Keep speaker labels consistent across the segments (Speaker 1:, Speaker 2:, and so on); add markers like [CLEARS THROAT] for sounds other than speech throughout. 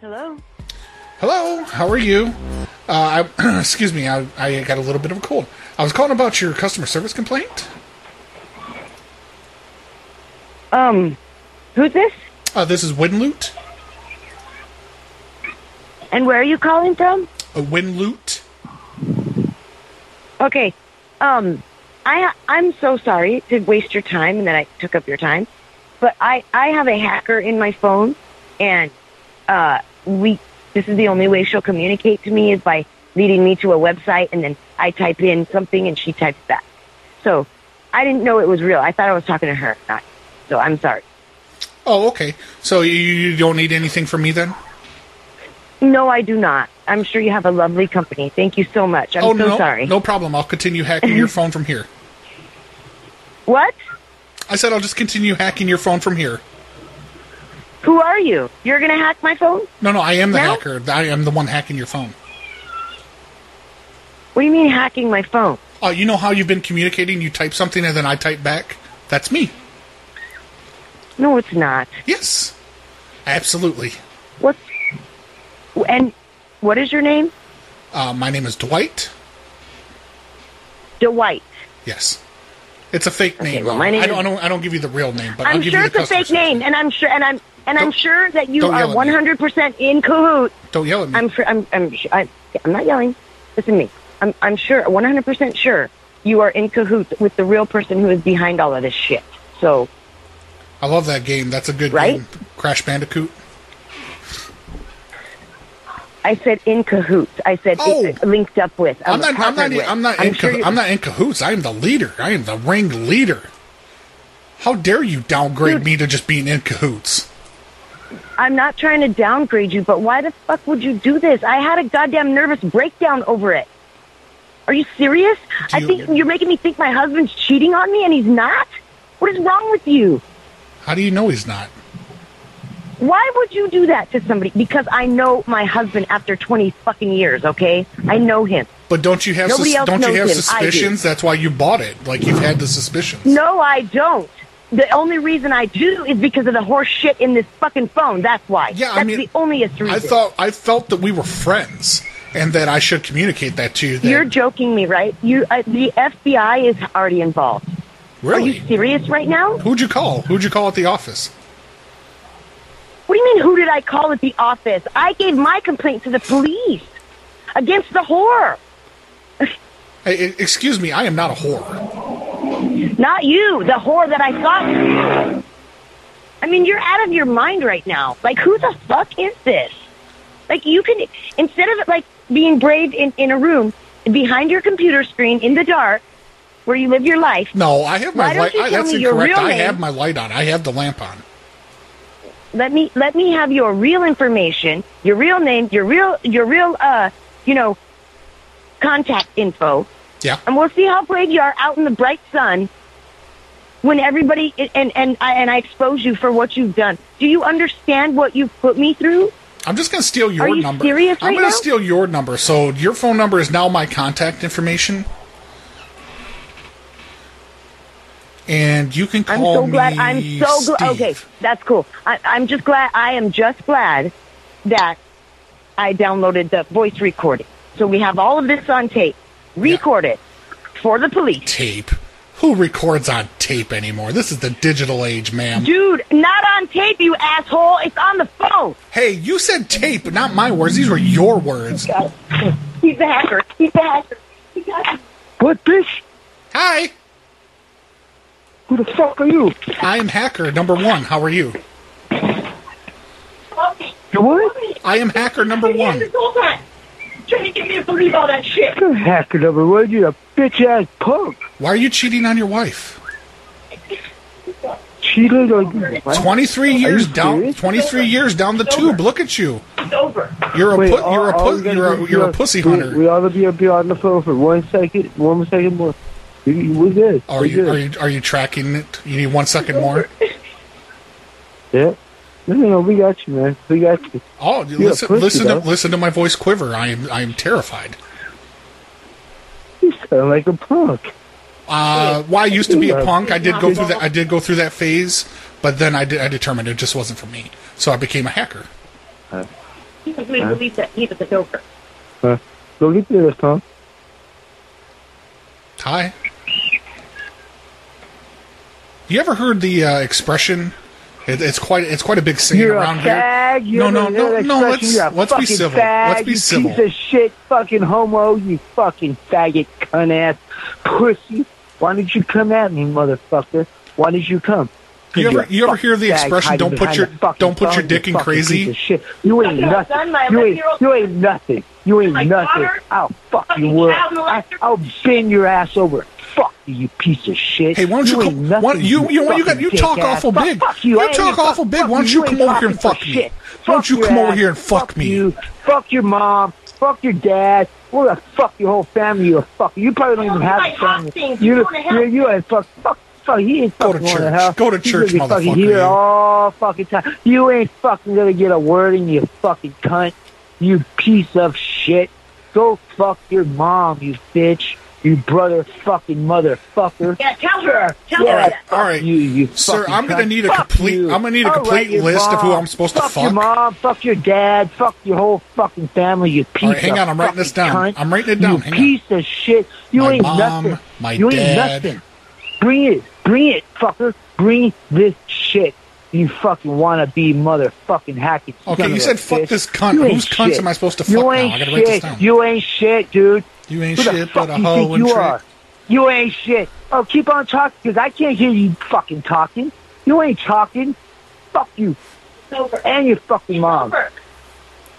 Speaker 1: Hello.
Speaker 2: Hello, how are you? Uh, I, [CLEARS THROAT] excuse me, I, I got a little bit of a cold. I was calling about your customer service complaint.
Speaker 1: Um, who's this?
Speaker 2: Uh, this is Winloot.
Speaker 1: And where are you calling from?
Speaker 2: Uh, Winloot.
Speaker 1: Okay. Um, I I'm so sorry to waste your time and that I took up your time, but I I have a hacker in my phone, and uh, we this is the only way she'll communicate to me is by leading me to a website and then I type in something and she types back. So I didn't know it was real. I thought I was talking to her. Not, so I'm sorry.
Speaker 2: Oh, okay. So you, you don't need anything from me then?
Speaker 1: No, I do not. I'm sure you have a lovely company. Thank you so much. I'm
Speaker 2: oh,
Speaker 1: so
Speaker 2: no,
Speaker 1: sorry.
Speaker 2: no problem. I'll continue hacking
Speaker 1: [LAUGHS]
Speaker 2: your phone from here.
Speaker 1: What?
Speaker 2: I said I'll just continue hacking your phone from here.
Speaker 1: Who are you? You're gonna hack my phone?
Speaker 2: No, no, I am the
Speaker 1: No?
Speaker 2: hacker. I am the one hacking your phone.
Speaker 1: What do you mean hacking my phone?
Speaker 2: Uh, you know how you've been communicating? You type something and then I type back? That's me.
Speaker 1: No, it's not.
Speaker 2: Yes. Absolutely.
Speaker 1: What's and what is your name?
Speaker 2: Uh, my name is Dwight.
Speaker 1: Dwight.
Speaker 2: Yes. It's a fake name.
Speaker 1: well, my name
Speaker 2: I, don't, I,
Speaker 1: is-
Speaker 2: don't, I don't give you the real name, but
Speaker 1: I'm
Speaker 2: will give
Speaker 1: sure
Speaker 2: you
Speaker 1: it's
Speaker 2: the
Speaker 1: a
Speaker 2: customer
Speaker 1: fake
Speaker 2: service.
Speaker 1: name, and I'm sure and I'm and I'm
Speaker 2: Don't-
Speaker 1: sure that you
Speaker 2: don't
Speaker 1: are
Speaker 2: yell at me.
Speaker 1: 100 percent in cahoots.
Speaker 2: Don't yell at me.
Speaker 1: I'm sure. I'm I'm su- I'm, I'm not yelling. Listen to me. I'm I'm sure 100 percent sure you are in cahoots with the real person who is behind all of this shit. So
Speaker 2: I love that game. That's a good
Speaker 1: Right?
Speaker 2: game. Crash Bandicoot.
Speaker 1: I said in cahoots. I said
Speaker 2: Oh.
Speaker 1: it- linked up with.
Speaker 2: I'm not. I'm not.
Speaker 1: partnered
Speaker 2: in-
Speaker 1: with.
Speaker 2: I'm not. in
Speaker 1: sure
Speaker 2: cah-
Speaker 1: you-
Speaker 2: I'm not in cahoots. I am the leader. I am the ring leader. How dare you downgrade me to just being in cahoots?
Speaker 1: I'm not trying to downgrade you, but why the fuck would you do this? I had a goddamn nervous breakdown over it. Are you serious? I
Speaker 2: you-
Speaker 1: think you're making me think my husband's cheating on me and he's not? What is wrong with you?
Speaker 2: How do you know he's not?
Speaker 1: Why would you do that to somebody? Because I know my husband after 20 fucking years, okay? I know him.
Speaker 2: But don't you have
Speaker 1: Nobody
Speaker 2: sus-
Speaker 1: else
Speaker 2: don't you
Speaker 1: knows
Speaker 2: have
Speaker 1: him. I do.
Speaker 2: suspicions? That's why you bought it. Like you've had the suspicions.
Speaker 1: No, I don't. The only reason I do is because of the horse shit in this fucking phone. That's why.
Speaker 2: Yeah, I
Speaker 1: That's
Speaker 2: mean,
Speaker 1: the only reason.
Speaker 2: I thought I felt that we were friends and that I should communicate that to you. That,
Speaker 1: You're joking me, right? You, uh, the FBI is already involved. Are
Speaker 2: really?
Speaker 1: you serious right now?
Speaker 2: Who'd you call? Who'd you call at the office?
Speaker 1: What do you mean, who did I call at the office? I gave my complaint to the police against the whore.
Speaker 2: Hey, e- excuse me. I am not a whore.
Speaker 1: Not you, the whore that I thought you were. I mean, you're out of your mind right now. Like, who the fuck is this? Like, you can, instead of, like, being brave in, in a room behind your computer screen in the dark where you live your life,
Speaker 2: No, I have
Speaker 1: Why
Speaker 2: my
Speaker 1: don't
Speaker 2: light.
Speaker 1: you
Speaker 2: I,
Speaker 1: tell
Speaker 2: that's
Speaker 1: me your
Speaker 2: incorrect.
Speaker 1: real
Speaker 2: I
Speaker 1: name?
Speaker 2: have my light on. I have the lamp on.
Speaker 1: let me let me have your real information, your real name, your real your real uh you know contact info,
Speaker 2: Yeah.
Speaker 1: and we'll see how brave you are out in the bright sun when everybody and and I and I expose you for what you've done. Do you understand what you've put me through?
Speaker 2: I'm just gonna steal your
Speaker 1: Are you
Speaker 2: number.
Speaker 1: serious
Speaker 2: I'm
Speaker 1: right
Speaker 2: gonna
Speaker 1: now?
Speaker 2: steal your number. So your phone number is now my contact information. And you can
Speaker 1: I'm
Speaker 2: call
Speaker 1: so glad.
Speaker 2: me
Speaker 1: I'm so glad.
Speaker 2: Steve.
Speaker 1: Okay, that's cool. I, I'm just glad. I am just glad that I downloaded the voice recording, so we have all of this on tape, recorded for the police.
Speaker 2: Tape. Who records on tape anymore? This is the digital age, ma'am.
Speaker 1: Dude, not on tape, you asshole. It's on the phone.
Speaker 2: hey, you said tape, not my words. These were your words.
Speaker 1: He's a hacker. He's a hacker.
Speaker 3: What bitch?
Speaker 2: Hi,
Speaker 3: Who the fuck are you?
Speaker 2: I am hacker number one. How are you?
Speaker 3: You what?
Speaker 2: I am hacker number one.
Speaker 1: Trying to get me to believe all that shit.
Speaker 3: You're hacking up a word, you a bitch ass punk.
Speaker 2: Why are you cheating on your wife?
Speaker 3: Cheated on what?
Speaker 2: Twenty three years down.
Speaker 3: serious?
Speaker 2: Twenty three years down the tube. Look at you.
Speaker 1: It's over.
Speaker 2: You're a
Speaker 3: Wait,
Speaker 2: put,
Speaker 3: all-
Speaker 2: you're a
Speaker 3: all we
Speaker 2: put,
Speaker 3: gotta
Speaker 2: you're
Speaker 3: do
Speaker 2: a,
Speaker 3: is
Speaker 2: you're a
Speaker 3: be-
Speaker 2: pussy
Speaker 3: we-
Speaker 2: hunter.
Speaker 3: We ought to be, be on the phone for one second, one second more. You- you- We're good.
Speaker 2: Are
Speaker 3: We're
Speaker 2: you
Speaker 3: good.
Speaker 2: are you are you tracking it? You need one second more.
Speaker 3: Yeah. No, no, no, we got you, man. We got you.
Speaker 2: Oh, you
Speaker 3: You're a
Speaker 2: listen,
Speaker 3: pussy,
Speaker 2: listen to
Speaker 3: though.
Speaker 2: listen to my voice quiver. I am I am terrified.
Speaker 3: You sound like a punk.
Speaker 2: Uh, well, I used to be a
Speaker 3: Yeah.
Speaker 2: punk. I did go through that. I did go through that phase, but then I, did, I determined it just wasn't for me. So I became a hacker.
Speaker 4: because we believe that he was a joker.
Speaker 3: Go get this, Tom.
Speaker 2: Hi. You ever heard the uh, expression? It, it's quite it's quite a big singing
Speaker 3: You're a
Speaker 2: around here.
Speaker 3: fag.
Speaker 2: No,
Speaker 3: You're
Speaker 2: no,
Speaker 3: the-
Speaker 2: no,
Speaker 3: that
Speaker 2: no,
Speaker 3: expression,
Speaker 2: let's-
Speaker 3: you're a
Speaker 2: let's be
Speaker 3: fucking
Speaker 2: civil.
Speaker 3: Fag,
Speaker 2: Let's be
Speaker 3: you
Speaker 2: civil.
Speaker 3: Piece of shit, fucking homo. You fucking faggot, cunt ass, pussy. Why did you come at me, motherfucker? Why did you come? 'Cause
Speaker 2: You ever-
Speaker 3: you're a
Speaker 2: you ever
Speaker 3: fucking
Speaker 2: hear the
Speaker 3: fag
Speaker 2: expression,
Speaker 3: hiding
Speaker 2: "Don't put
Speaker 3: behind
Speaker 2: your-
Speaker 3: a fucking
Speaker 2: don't put your
Speaker 3: phone, you
Speaker 2: dick in
Speaker 3: fucking
Speaker 2: crazy"?
Speaker 3: piece of shit. You ain't
Speaker 4: Look at
Speaker 3: nothing.
Speaker 4: son, my
Speaker 3: You ain't,
Speaker 4: 11-year-old
Speaker 3: you ain't nothing. You ain't
Speaker 4: My
Speaker 3: nothing.
Speaker 4: daughter,
Speaker 3: I'll fuck you
Speaker 4: fucking
Speaker 3: up.
Speaker 4: child
Speaker 3: I,
Speaker 4: molester.
Speaker 3: I'll bend your ass over. Fuck you, you piece of shit.
Speaker 2: Hey, why don't you
Speaker 3: you
Speaker 2: come-
Speaker 3: ain't nothing,
Speaker 2: why- you- you- why you got-
Speaker 3: fucking
Speaker 2: you talk
Speaker 3: dick ass.
Speaker 2: awful
Speaker 3: Fuck-
Speaker 2: big.
Speaker 3: Fuck you.
Speaker 2: You
Speaker 3: I ain't
Speaker 2: talk
Speaker 3: even-
Speaker 2: awful big.
Speaker 3: fuck
Speaker 2: Why don't you
Speaker 3: ain't
Speaker 2: come over here and
Speaker 3: fucking
Speaker 2: fuck
Speaker 3: for
Speaker 2: me?
Speaker 3: shit.
Speaker 2: Why don't
Speaker 3: Fuck
Speaker 2: you
Speaker 3: your
Speaker 2: come over
Speaker 3: ass.
Speaker 2: here and fuck me?
Speaker 3: You. Fuck your mom. Fuck your dad. We're gonna fuck your whole family. You fuck. You probably don't even
Speaker 4: You
Speaker 3: have
Speaker 4: like
Speaker 3: a family.
Speaker 4: hot things. You
Speaker 3: You
Speaker 4: go to hell.
Speaker 3: you you ain't fuck fuck. Fuck, he ain't
Speaker 2: Go to
Speaker 3: fucking going
Speaker 2: church.
Speaker 3: hell.
Speaker 2: Go to
Speaker 3: He's
Speaker 2: church,
Speaker 3: gonna be fucking
Speaker 2: motherfucker,
Speaker 3: here
Speaker 2: you.
Speaker 3: all fucking time. You ain't fucking gonna get a word in, you fucking cunt. You piece of shit. Go fuck your mom, you bitch. You brother fucking motherfucker.
Speaker 4: Yeah, tell her. Tell
Speaker 3: Yeah,
Speaker 4: her that.
Speaker 2: All right.
Speaker 3: You, you
Speaker 2: Sir,
Speaker 3: fucking
Speaker 2: I'm gonna
Speaker 3: cunt.
Speaker 2: need a
Speaker 3: Fuck
Speaker 2: complete-
Speaker 3: you.
Speaker 2: I'm gonna need a
Speaker 3: All
Speaker 2: complete
Speaker 3: your
Speaker 2: list of who
Speaker 3: mom.
Speaker 2: I'm supposed to
Speaker 3: fuck your
Speaker 2: fuck.
Speaker 3: mom, fuck your dad, fuck your whole fucking family, you piece
Speaker 2: All right, hang
Speaker 3: of
Speaker 2: on. I'm writing this
Speaker 3: fucking
Speaker 2: down.
Speaker 3: cunt.
Speaker 2: I'm writing it
Speaker 3: You
Speaker 2: down. Hang on.
Speaker 3: piece of shit. You
Speaker 2: My
Speaker 3: ain't
Speaker 2: mom,
Speaker 3: nothing.
Speaker 2: my
Speaker 3: you ain't
Speaker 2: dad.
Speaker 3: nothing. Bring it. Bring it, fucker. Bring this shit. You fucking wanna be motherfucking hacking.
Speaker 2: Okay,
Speaker 3: son
Speaker 2: you
Speaker 3: of a
Speaker 2: said fuck
Speaker 3: bitch.
Speaker 2: this cunt.
Speaker 3: You ain't
Speaker 2: Whose cunts
Speaker 3: shit.
Speaker 2: am I supposed to
Speaker 3: You
Speaker 2: fuck now? I
Speaker 3: ain't
Speaker 2: gotta write this
Speaker 3: shit.
Speaker 2: down.
Speaker 3: You ain't shit, dude.
Speaker 2: You ain't
Speaker 3: Who the
Speaker 2: shit
Speaker 3: fuck
Speaker 2: but a
Speaker 3: you
Speaker 2: hoe
Speaker 3: think
Speaker 2: and
Speaker 3: you
Speaker 2: trick.
Speaker 3: are? You ain't shit. Oh, keep on talking because I can't hear you fucking talking. You ain't talking. Fuck you
Speaker 4: It's over.
Speaker 3: and your fucking
Speaker 4: It's
Speaker 3: mom.
Speaker 4: over.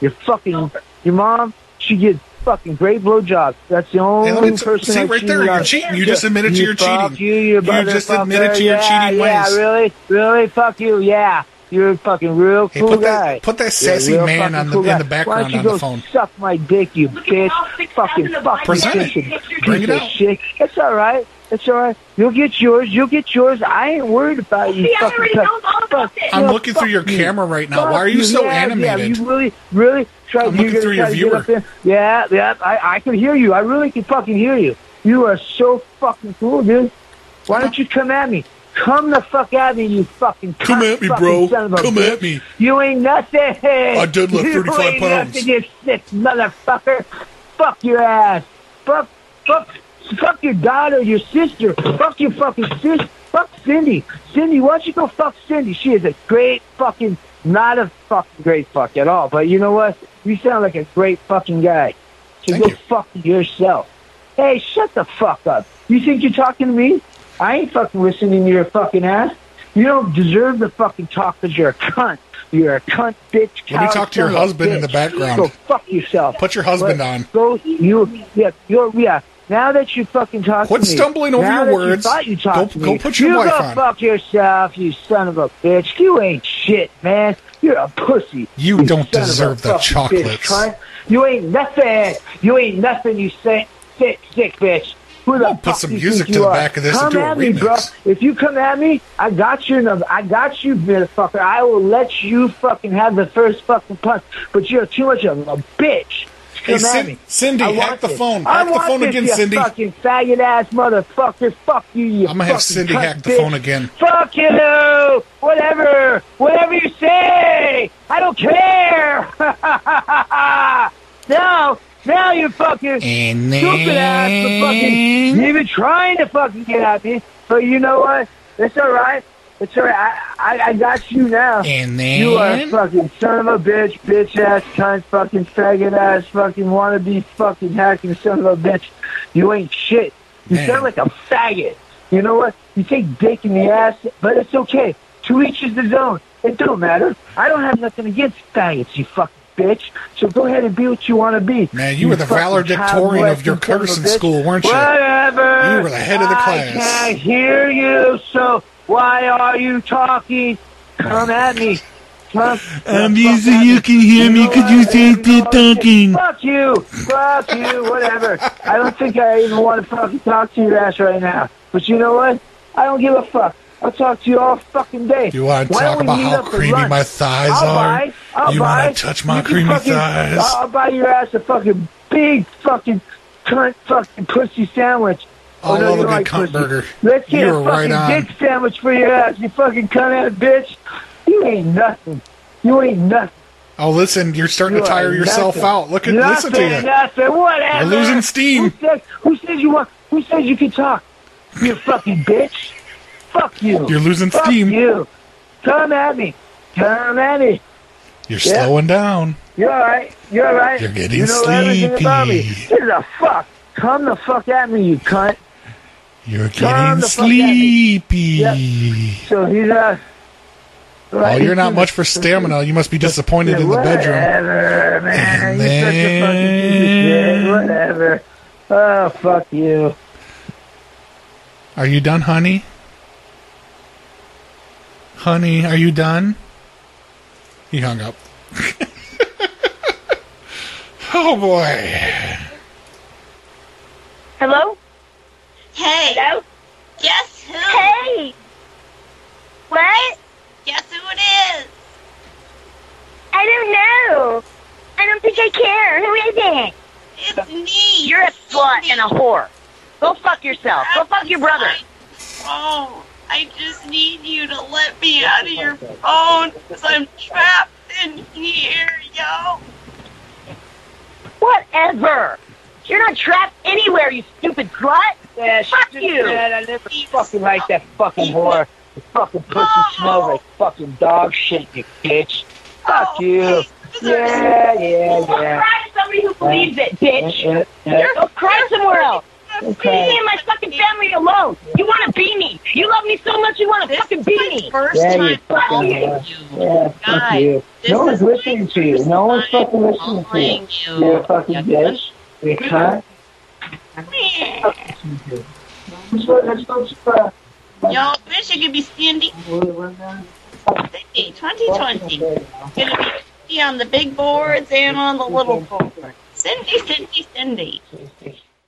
Speaker 3: Your fucking your mom. She gives fucking great blowjobs. That's the only
Speaker 2: Hey, let me t-
Speaker 3: person.
Speaker 2: see
Speaker 3: I
Speaker 2: right
Speaker 3: cheated
Speaker 2: there, you're
Speaker 3: on.
Speaker 2: cheating. You just admitted to
Speaker 3: you
Speaker 2: your
Speaker 3: fuck
Speaker 2: cheating.
Speaker 3: You, you,
Speaker 2: You just admitted to your
Speaker 3: motherfucker.
Speaker 2: cheating
Speaker 3: yeah,
Speaker 2: ways.
Speaker 3: Yeah, really, really. Fuck you. Yeah, you're a fucking real
Speaker 2: Hey,
Speaker 3: cool
Speaker 2: put
Speaker 3: guy.
Speaker 2: that put that
Speaker 3: You're a
Speaker 2: sassy
Speaker 3: real
Speaker 2: man
Speaker 3: fucking
Speaker 2: on the
Speaker 3: cool
Speaker 2: in
Speaker 3: guy.
Speaker 2: the
Speaker 3: Why
Speaker 2: background
Speaker 3: don't you
Speaker 2: on the
Speaker 3: go
Speaker 2: phone.
Speaker 3: Suck my dick, you
Speaker 4: Look at
Speaker 3: bitch.
Speaker 4: all six
Speaker 3: Fucking
Speaker 4: thousand of
Speaker 3: fucking
Speaker 4: my
Speaker 3: piece
Speaker 4: pictures.
Speaker 3: of-
Speaker 4: Bring
Speaker 2: it
Speaker 3: piece of
Speaker 2: out.
Speaker 3: shit. It's all right. It's all right. You'll get yours. You'll get yours. I ain't worried about you.
Speaker 4: See, I
Speaker 3: fucking
Speaker 4: already
Speaker 3: cunt.
Speaker 4: know all about
Speaker 3: Fuck.
Speaker 4: this.
Speaker 2: I'm
Speaker 3: Yeah,
Speaker 2: looking through
Speaker 3: fuck
Speaker 2: your
Speaker 3: you.
Speaker 2: camera right now.
Speaker 3: Fuck
Speaker 2: Why are you so
Speaker 3: yeah,
Speaker 2: animated?
Speaker 3: Yeah, you really, really try.
Speaker 2: I'm
Speaker 3: you're
Speaker 2: looking
Speaker 3: gonna
Speaker 2: through your
Speaker 3: try to get
Speaker 2: viewer.
Speaker 3: up there. Yeah, yeah. I, I can hear you. I really can fucking hear you. You are so fucking cool, dude. Why don't you come at me? Come the fuck at me, you fucking.
Speaker 2: Come
Speaker 3: cunt
Speaker 2: at me,
Speaker 3: fucking
Speaker 2: bro.
Speaker 3: son of a
Speaker 2: Come
Speaker 3: bitch.
Speaker 2: at me.
Speaker 3: You ain't nothing. I
Speaker 2: deadlift 35
Speaker 3: you ain't
Speaker 2: pounds.
Speaker 3: Nothing, you sick motherfucker. Fuck your ass. Fuck, fuck, fuck your daughter, your sister. Fuck your fucking sister. Fuck Cindy. Cindy, why don't you go fuck Cindy? She is a great fucking, not a fucking great fuck at all. But you know what? You sound like a great fucking guy. So
Speaker 2: Thank
Speaker 3: go
Speaker 2: you.
Speaker 3: fuck yourself. Hey, shut the fuck up. You think you're talking to me? I ain't fucking listening to your fucking ass. You don't deserve the fucking talk because you're a cunt. You're a cunt, bitch.
Speaker 2: Let me
Speaker 3: cow,
Speaker 2: talk to your
Speaker 3: son of a
Speaker 2: husband in the
Speaker 3: bitch.
Speaker 2: background.
Speaker 3: Go fuck yourself.
Speaker 2: Put your husband
Speaker 3: What?
Speaker 2: on.
Speaker 3: Go, you, yeah, you're, yeah. Now that you fucking talk
Speaker 2: Quit
Speaker 3: to me.
Speaker 2: stumbling over
Speaker 3: now
Speaker 2: your
Speaker 3: that
Speaker 2: words.
Speaker 3: You thought you talked
Speaker 2: Go-
Speaker 3: to
Speaker 2: go
Speaker 3: me,
Speaker 2: put your
Speaker 3: you
Speaker 2: wife
Speaker 3: go
Speaker 2: on.
Speaker 3: fuck yourself, you son of a bitch. You ain't shit, man. You're a pussy.
Speaker 2: You don't
Speaker 3: son of a
Speaker 2: deserve the
Speaker 3: fucking bitch,
Speaker 2: chocolates.
Speaker 3: cunt. You ain't nothing. You ain't nothing. You sick, sick, sick bitch. Who the
Speaker 2: I'll put
Speaker 3: fuck
Speaker 2: some
Speaker 3: you
Speaker 2: music
Speaker 3: think
Speaker 2: to
Speaker 3: you
Speaker 2: the
Speaker 3: are?
Speaker 2: back of this and
Speaker 3: come
Speaker 2: do a
Speaker 3: at me, bro.
Speaker 2: remix.
Speaker 3: If you come at me, I got you. in a- I got you, motherfucker. I will let you fucking have the first fucking punch. But you're too much of a bitch. to
Speaker 2: Hey,
Speaker 3: Come at
Speaker 2: Cin-
Speaker 3: me.
Speaker 2: Cindy,
Speaker 3: I
Speaker 2: hack
Speaker 3: want
Speaker 2: the
Speaker 3: this.
Speaker 2: phone.
Speaker 3: I
Speaker 2: Hack the
Speaker 3: want
Speaker 2: phone
Speaker 3: this,
Speaker 2: again,
Speaker 3: you
Speaker 2: Cindy.
Speaker 3: Fucking faggot ass motherfucker. Fuck you. you
Speaker 2: I'm gonna have
Speaker 3: fucking
Speaker 2: Cindy
Speaker 3: cunt
Speaker 2: hack the
Speaker 3: bitch.
Speaker 2: phone again.
Speaker 3: Fuck you! Whatever! Whatever you say! I don't [LAUGHS] care! now, now you fucking
Speaker 2: And
Speaker 3: stupid ass for fucking
Speaker 2: then
Speaker 3: you even trying to fucking get at me. But you know what? It's alright. It's alright. I, I, I got you now.
Speaker 2: and
Speaker 3: You are a
Speaker 2: then
Speaker 3: fucking son of a bitch, bitch ass, cunt, fucking faggot ass, fucking wannabe, fucking hacking son of a bitch. You ain't shit. You
Speaker 2: Man.
Speaker 3: sound like a faggot. You know what? You take dick in the ass, but it's okay. To each is his own. It don't matter. I don't have nothing against faggots, you fucking bitch. So go ahead and be what you want to be.
Speaker 2: Man, you were the
Speaker 3: fucking
Speaker 2: valedictorian of your
Speaker 3: child-molesting son a
Speaker 2: Carson
Speaker 3: bitch.
Speaker 2: school, weren't you?
Speaker 3: Whatever.
Speaker 2: You were the head of the class.
Speaker 3: I can't hear you, so why are you talking? Come at me. Come.
Speaker 5: I'm easy, you can hear me. Could you
Speaker 3: think
Speaker 5: think they're talking?
Speaker 3: Fuck you. Fuck you. Whatever. I don't think I even want to fucking talk to your ass right now. But you know what? I don't give a fuck. I'll talk to you all fucking day.
Speaker 2: You wanna
Speaker 3: Why
Speaker 2: talk
Speaker 3: don't we
Speaker 2: about
Speaker 3: meet
Speaker 2: how
Speaker 3: up for
Speaker 2: creamy
Speaker 3: lunch?
Speaker 2: my thighs
Speaker 3: I'll
Speaker 2: are?
Speaker 3: Buy, I'll
Speaker 2: You wanna
Speaker 3: buy.
Speaker 2: touch my
Speaker 3: You can
Speaker 2: creamy
Speaker 3: fucking-
Speaker 2: thighs?
Speaker 3: I'll buy your ass a fucking big fucking cunt fucking pussy sandwich. Oh,
Speaker 2: All
Speaker 3: no, you
Speaker 2: over
Speaker 3: don't
Speaker 2: the
Speaker 3: like
Speaker 2: cunt
Speaker 3: pussy.
Speaker 2: burger.
Speaker 3: Let's
Speaker 2: You
Speaker 3: get
Speaker 2: were
Speaker 3: a
Speaker 2: right
Speaker 3: fucking
Speaker 2: on.
Speaker 3: dick sandwich for your ass, you fucking cunt ass bitch. You ain't nothing. You ain't nothing.
Speaker 2: Oh, listen, you're starting
Speaker 3: You
Speaker 2: to tire
Speaker 3: are
Speaker 2: yourself
Speaker 3: nothing.
Speaker 2: out. Look at listen to
Speaker 3: Nothing,
Speaker 2: you.
Speaker 3: Nothing. Whatever.
Speaker 2: You're losing steam.
Speaker 3: Who says, who says you want? Who says you can talk? You fucking bitch. Fuck you.
Speaker 2: You're losing
Speaker 3: Fuck
Speaker 2: steam.
Speaker 3: you. Come at me. Come at me.
Speaker 2: You're slowing down.
Speaker 3: You're all right. You're all right.
Speaker 2: You're getting
Speaker 3: you know everything about me.
Speaker 2: sleepy.
Speaker 3: This is a fuck. Come the fuck at me, you cunt.
Speaker 2: You're
Speaker 3: Turn
Speaker 2: getting
Speaker 3: the fuck at me.
Speaker 2: sleepy.
Speaker 3: So he's uh.
Speaker 2: Oh,
Speaker 3: right,
Speaker 2: you're not
Speaker 3: he's-
Speaker 2: much for stamina. You must be disappointed in the bedroom.
Speaker 3: Whatever, man.
Speaker 2: And then-
Speaker 3: You're such a fucking piece of shit. Whatever. Oh, fuck you.
Speaker 2: Are you done, honey? Honey, are you done? He hung up. [LAUGHS] oh boy.
Speaker 1: Hello?
Speaker 6: Hey,
Speaker 4: Hello?
Speaker 6: guess who?
Speaker 1: Hey! What?
Speaker 6: Guess who it is?
Speaker 1: I don't know. I don't think I care. Who is it?
Speaker 6: It's me.
Speaker 1: You're a slut and a whore. Go fuck yourself. Go fuck your brother.
Speaker 6: Oh, I just need you to let me out of your phone because I'm trapped in here, yo.
Speaker 1: Whatever. You're not trapped anywhere, you stupid slut.
Speaker 3: Yeah, she
Speaker 1: Fuck
Speaker 3: just
Speaker 1: you.
Speaker 3: said I never fucking like that fucking whore. You fucking pussy
Speaker 6: Oh.
Speaker 3: smells like fucking dog shit, you bitch. Fuck
Speaker 6: Oh,
Speaker 3: you.
Speaker 6: Jesus.
Speaker 3: Yeah, yeah,
Speaker 1: Go
Speaker 3: Oh, yeah.
Speaker 1: cry to somebody who believes it, bitch.
Speaker 3: Yeah, yeah,
Speaker 1: Go cry somewhere else. Leave
Speaker 3: Okay.
Speaker 1: me and my fucking family alone. You want to be me. You love me so much you want to
Speaker 6: This
Speaker 1: fucking
Speaker 6: is
Speaker 1: be
Speaker 6: my
Speaker 1: me.
Speaker 6: first
Speaker 3: Yeah, you
Speaker 6: time
Speaker 3: fucking
Speaker 6: calling
Speaker 3: whore.
Speaker 6: you.
Speaker 3: yeah, fuck
Speaker 6: God,
Speaker 3: you.
Speaker 6: This
Speaker 3: No one's
Speaker 6: is my
Speaker 3: listening to you.
Speaker 6: first
Speaker 3: No one's
Speaker 6: time
Speaker 3: fucking listening to you.
Speaker 6: calling you.
Speaker 3: You're a fucking
Speaker 6: Yeah.
Speaker 3: bitch. You cunt. uh,
Speaker 6: Yo, bitch, you could be standing. Hey, 2020. Gonna be on the big boards and on the little boards. Cindy, Cindy, Cindy.